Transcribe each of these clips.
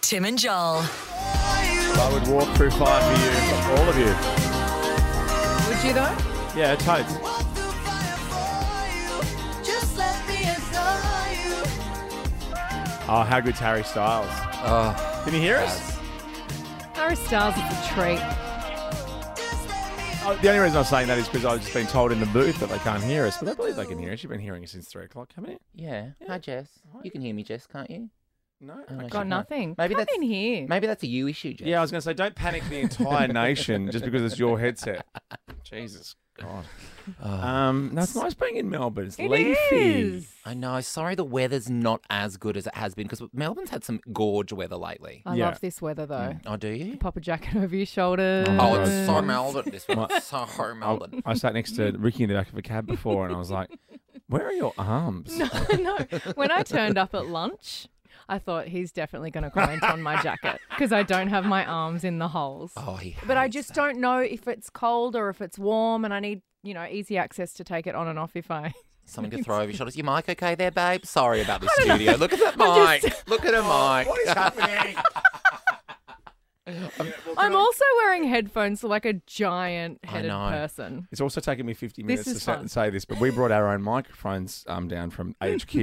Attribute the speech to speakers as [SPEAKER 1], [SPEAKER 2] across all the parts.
[SPEAKER 1] Tim and Joel.
[SPEAKER 2] I would walk through fire for you, all of you.
[SPEAKER 3] Would you though?
[SPEAKER 2] Yeah, totes. Oh, how good's Harry Styles?
[SPEAKER 3] Oh,
[SPEAKER 2] Can you hear us?
[SPEAKER 3] Harry Styles is a treat.
[SPEAKER 2] Oh, the only reason I'm saying that is because I've just been told in the booth that they can't hear us, but I believe they can hear us. You've been hearing us since three o'clock, haven't you?
[SPEAKER 4] Yeah. Hi, Jess. You can hear me, Jess, can't you?
[SPEAKER 2] No.
[SPEAKER 4] Oh, no, she
[SPEAKER 3] Got
[SPEAKER 4] can't.
[SPEAKER 3] nothing.
[SPEAKER 4] Maybe
[SPEAKER 3] Come
[SPEAKER 4] that's-
[SPEAKER 3] in here.
[SPEAKER 4] Maybe that's a you issue, Jess.
[SPEAKER 2] Yeah, I was going to say, don't panic the entire nation just because it's your headset. Jesus God. Um, that's nice being in Melbourne. It's
[SPEAKER 3] Oh. It
[SPEAKER 2] leafy.
[SPEAKER 3] is.
[SPEAKER 4] I know. Sorry, the weather's not as good as it has been because Melbourne's had some gorge weather lately.
[SPEAKER 3] I
[SPEAKER 2] Yeah.
[SPEAKER 3] love this weather though.
[SPEAKER 4] Oh, do you?
[SPEAKER 3] Pop a jacket over your shoulders.
[SPEAKER 4] Oh, it's
[SPEAKER 2] Uh,
[SPEAKER 4] so Melbourne. This one's so
[SPEAKER 2] I,
[SPEAKER 4] Melbourne.
[SPEAKER 2] I sat next to Ricky in the back of a cab before, and I was like, "Where are your arms?"
[SPEAKER 3] no, when I turned up at lunch, I thought he's definitely going to comment on my jacket because I don't have my arms in the holes.
[SPEAKER 4] Oh, he.
[SPEAKER 3] But I
[SPEAKER 4] hates
[SPEAKER 3] just
[SPEAKER 4] that.
[SPEAKER 3] don't know if it's cold or if it's warm, and I need you know easy access to take it on and off if I.
[SPEAKER 4] something to throw over your shoulders. Your mic okay there, babe? Sorry about the studio. Look at that mic. Look at her mic.
[SPEAKER 2] What is happening?
[SPEAKER 3] I'm also wearing headphones, so like a giant headed
[SPEAKER 4] know.
[SPEAKER 3] person.
[SPEAKER 2] It's also taken me 50
[SPEAKER 3] This
[SPEAKER 2] minutes
[SPEAKER 3] is
[SPEAKER 2] to say,
[SPEAKER 3] fun.
[SPEAKER 2] say this, but we brought our own microphones um, down from HQ.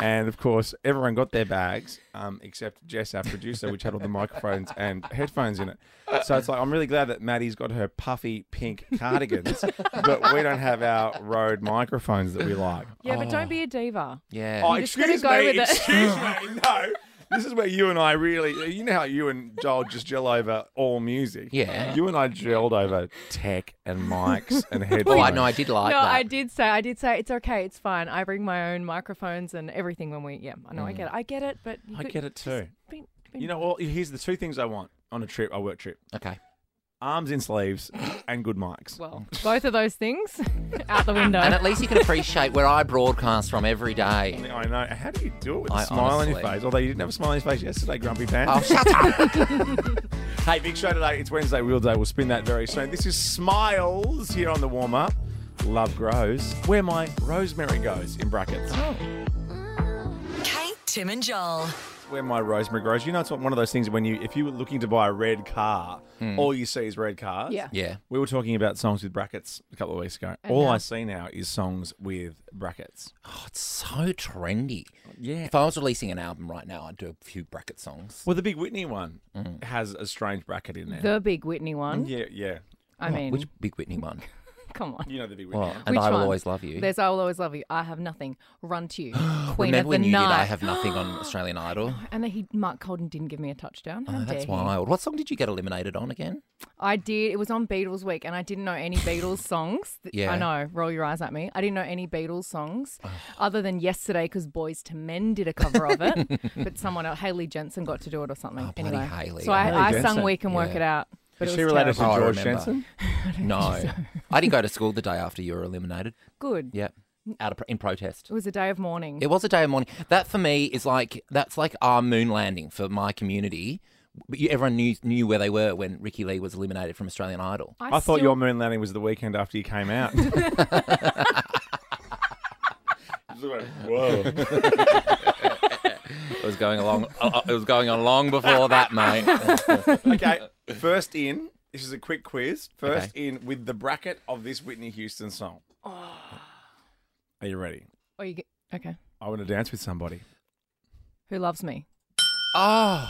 [SPEAKER 2] and of course, everyone got their bags um, except Jess, our producer, which had all the microphones and headphones in it. So it's like, I'm really glad that Maddie's got her puffy pink cardigans, but we don't have our Rode microphones that we like.
[SPEAKER 3] Yeah, but
[SPEAKER 4] Oh.
[SPEAKER 3] don't be a diva.
[SPEAKER 4] Yeah.
[SPEAKER 2] Oh,
[SPEAKER 3] You're just gonna
[SPEAKER 2] excuse
[SPEAKER 3] go
[SPEAKER 2] me,
[SPEAKER 3] with it.
[SPEAKER 2] excuse me, no. This is where you and I really, you know how you and Joel just gel over all music.
[SPEAKER 4] Yeah.
[SPEAKER 2] You and I gelled over tech and mics and headphones.
[SPEAKER 4] Oh, I know. I did like
[SPEAKER 3] no,
[SPEAKER 4] that.
[SPEAKER 3] I did say, I did say it's okay, it's fine. I bring my own microphones and everything when we. Yeah, I
[SPEAKER 4] Mm.
[SPEAKER 3] know, I get it, I get it, but you
[SPEAKER 2] I
[SPEAKER 3] could-
[SPEAKER 2] get it too.
[SPEAKER 3] been- been-
[SPEAKER 2] You know, well, here's the two things I want on a trip, a work trip:
[SPEAKER 4] Okay.
[SPEAKER 2] arms in sleeves and good mics.
[SPEAKER 3] Well, both of those things out the window.
[SPEAKER 4] And at least you can appreciate where I broadcast from every day.
[SPEAKER 2] I know. How do you do it with
[SPEAKER 4] I
[SPEAKER 2] a smile on your
[SPEAKER 4] honestly-
[SPEAKER 2] face? Although you didn't have a smile on your face yesterday, grumpy pants.
[SPEAKER 4] Oh, shut up.
[SPEAKER 2] Hey, big show today. It's Wednesday, Wheel Day. We'll spin that very soon. This is Smiles here on the warm up. Love grows where my rosemary goes, in brackets.
[SPEAKER 1] Kate, Tim and Joel.
[SPEAKER 2] Where my rosemary grows. You know, it's one of those things when you, if you were looking to buy a red car, all you see is red cars.
[SPEAKER 3] Yeah.
[SPEAKER 4] Yeah.
[SPEAKER 2] We were talking about songs with brackets a couple of weeks ago. all I see now is songs with brackets.
[SPEAKER 4] Oh, it's so trendy.
[SPEAKER 2] Yeah.
[SPEAKER 4] If I was releasing an album right now, I'd do a few bracket songs.
[SPEAKER 2] Well, the big Whitney one has a strange bracket in there.
[SPEAKER 3] the big Whitney one.
[SPEAKER 2] yeah, yeah.
[SPEAKER 3] I mean,
[SPEAKER 4] Oh, Which Big Whitney one?
[SPEAKER 3] come on.
[SPEAKER 2] You know the big Whitney.
[SPEAKER 4] Well,
[SPEAKER 2] one.
[SPEAKER 4] and
[SPEAKER 3] Which
[SPEAKER 4] I will
[SPEAKER 3] one?
[SPEAKER 4] always love you.
[SPEAKER 3] There's I will always love you. I have nothing. Run to you. Queen
[SPEAKER 4] Remember
[SPEAKER 3] of
[SPEAKER 4] when
[SPEAKER 3] the
[SPEAKER 4] you
[SPEAKER 3] night.
[SPEAKER 4] did I Have Nothing on Australian Idol?
[SPEAKER 3] and then he Mark Colden didn't give me a touchdown. How
[SPEAKER 4] Oh,
[SPEAKER 3] dare
[SPEAKER 4] that's
[SPEAKER 3] he?
[SPEAKER 4] wild. What song did you get eliminated on again?
[SPEAKER 3] I did. It was on Beatles week, and I didn't know any Beatles songs. Th-
[SPEAKER 4] Yeah.
[SPEAKER 3] I know. Roll your eyes at me. I didn't know any Beatles songs, other than yesterday because Boys to Men did a cover of it, but someone else, Haley Jensen, got to do it or something.
[SPEAKER 4] Oh, bloody
[SPEAKER 3] anyway,
[SPEAKER 4] Hayley.
[SPEAKER 3] so I,
[SPEAKER 2] Hayley
[SPEAKER 3] I
[SPEAKER 2] Jensen.
[SPEAKER 3] sung "We Can Work
[SPEAKER 4] Yeah.
[SPEAKER 3] It Out." But
[SPEAKER 2] Is
[SPEAKER 3] it
[SPEAKER 2] she
[SPEAKER 3] was
[SPEAKER 2] related
[SPEAKER 4] terrible.
[SPEAKER 3] terrible.
[SPEAKER 2] to
[SPEAKER 4] Oh, I
[SPEAKER 2] George
[SPEAKER 4] remember.
[SPEAKER 2] Jensen?
[SPEAKER 4] No. I didn't go to school the day after you were eliminated.
[SPEAKER 3] Good.
[SPEAKER 4] Yeah. Out of pro- in protest.
[SPEAKER 3] It was a day of mourning.
[SPEAKER 4] It was a day of mourning. That for me is like that's like our moon landing for my community. But you, everyone knew knew where they were when Ricky Lee was eliminated from Australian Idol.
[SPEAKER 2] I, thought
[SPEAKER 3] still-
[SPEAKER 2] your moon landing was the weekend after you came out. Whoa.
[SPEAKER 4] It was going along. uh, it was going on long before that, mate.
[SPEAKER 2] Okay, first in. This is a quick quiz. First in with the bracket of this Whitney Houston song. Are you ready?
[SPEAKER 3] Oh, you get... Okay.
[SPEAKER 2] I want to dance with somebody.
[SPEAKER 3] Who loves me?
[SPEAKER 4] oh,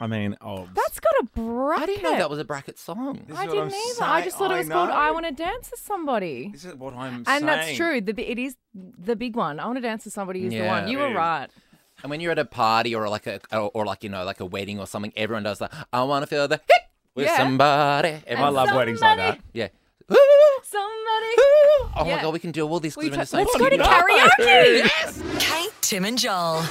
[SPEAKER 2] I mean, oh,
[SPEAKER 3] That's got a bracket.
[SPEAKER 4] I didn't know that was a bracket song.
[SPEAKER 2] This
[SPEAKER 3] I
[SPEAKER 2] is what I'm
[SPEAKER 3] didn't either. I
[SPEAKER 2] saying.
[SPEAKER 3] just thought it
[SPEAKER 2] I
[SPEAKER 3] was called
[SPEAKER 2] know.
[SPEAKER 3] "I Want to Dance with Somebody,"
[SPEAKER 2] this is what I'm saying.
[SPEAKER 3] and that's true. The bi- it is the big one. "I Want to Dance with Somebody" is the
[SPEAKER 4] Yeah,
[SPEAKER 3] one. You
[SPEAKER 2] it
[SPEAKER 3] were
[SPEAKER 2] is.
[SPEAKER 3] right.
[SPEAKER 4] And when you're at a party or like a or, or like you know like a wedding or something, everyone does that. I want to feel the hit with
[SPEAKER 3] Yeah.
[SPEAKER 4] somebody.
[SPEAKER 2] I
[SPEAKER 4] Everyone
[SPEAKER 2] love
[SPEAKER 3] Somebody-
[SPEAKER 2] weddings like that.
[SPEAKER 4] Yeah.
[SPEAKER 3] Somebody.
[SPEAKER 4] Oh
[SPEAKER 3] Yeah.
[SPEAKER 4] my god, we can do all these.
[SPEAKER 3] We
[SPEAKER 4] in the
[SPEAKER 3] tried-
[SPEAKER 4] same
[SPEAKER 3] let's go to
[SPEAKER 4] studio.
[SPEAKER 3] karaoke.
[SPEAKER 1] Kate, Tim and Joel.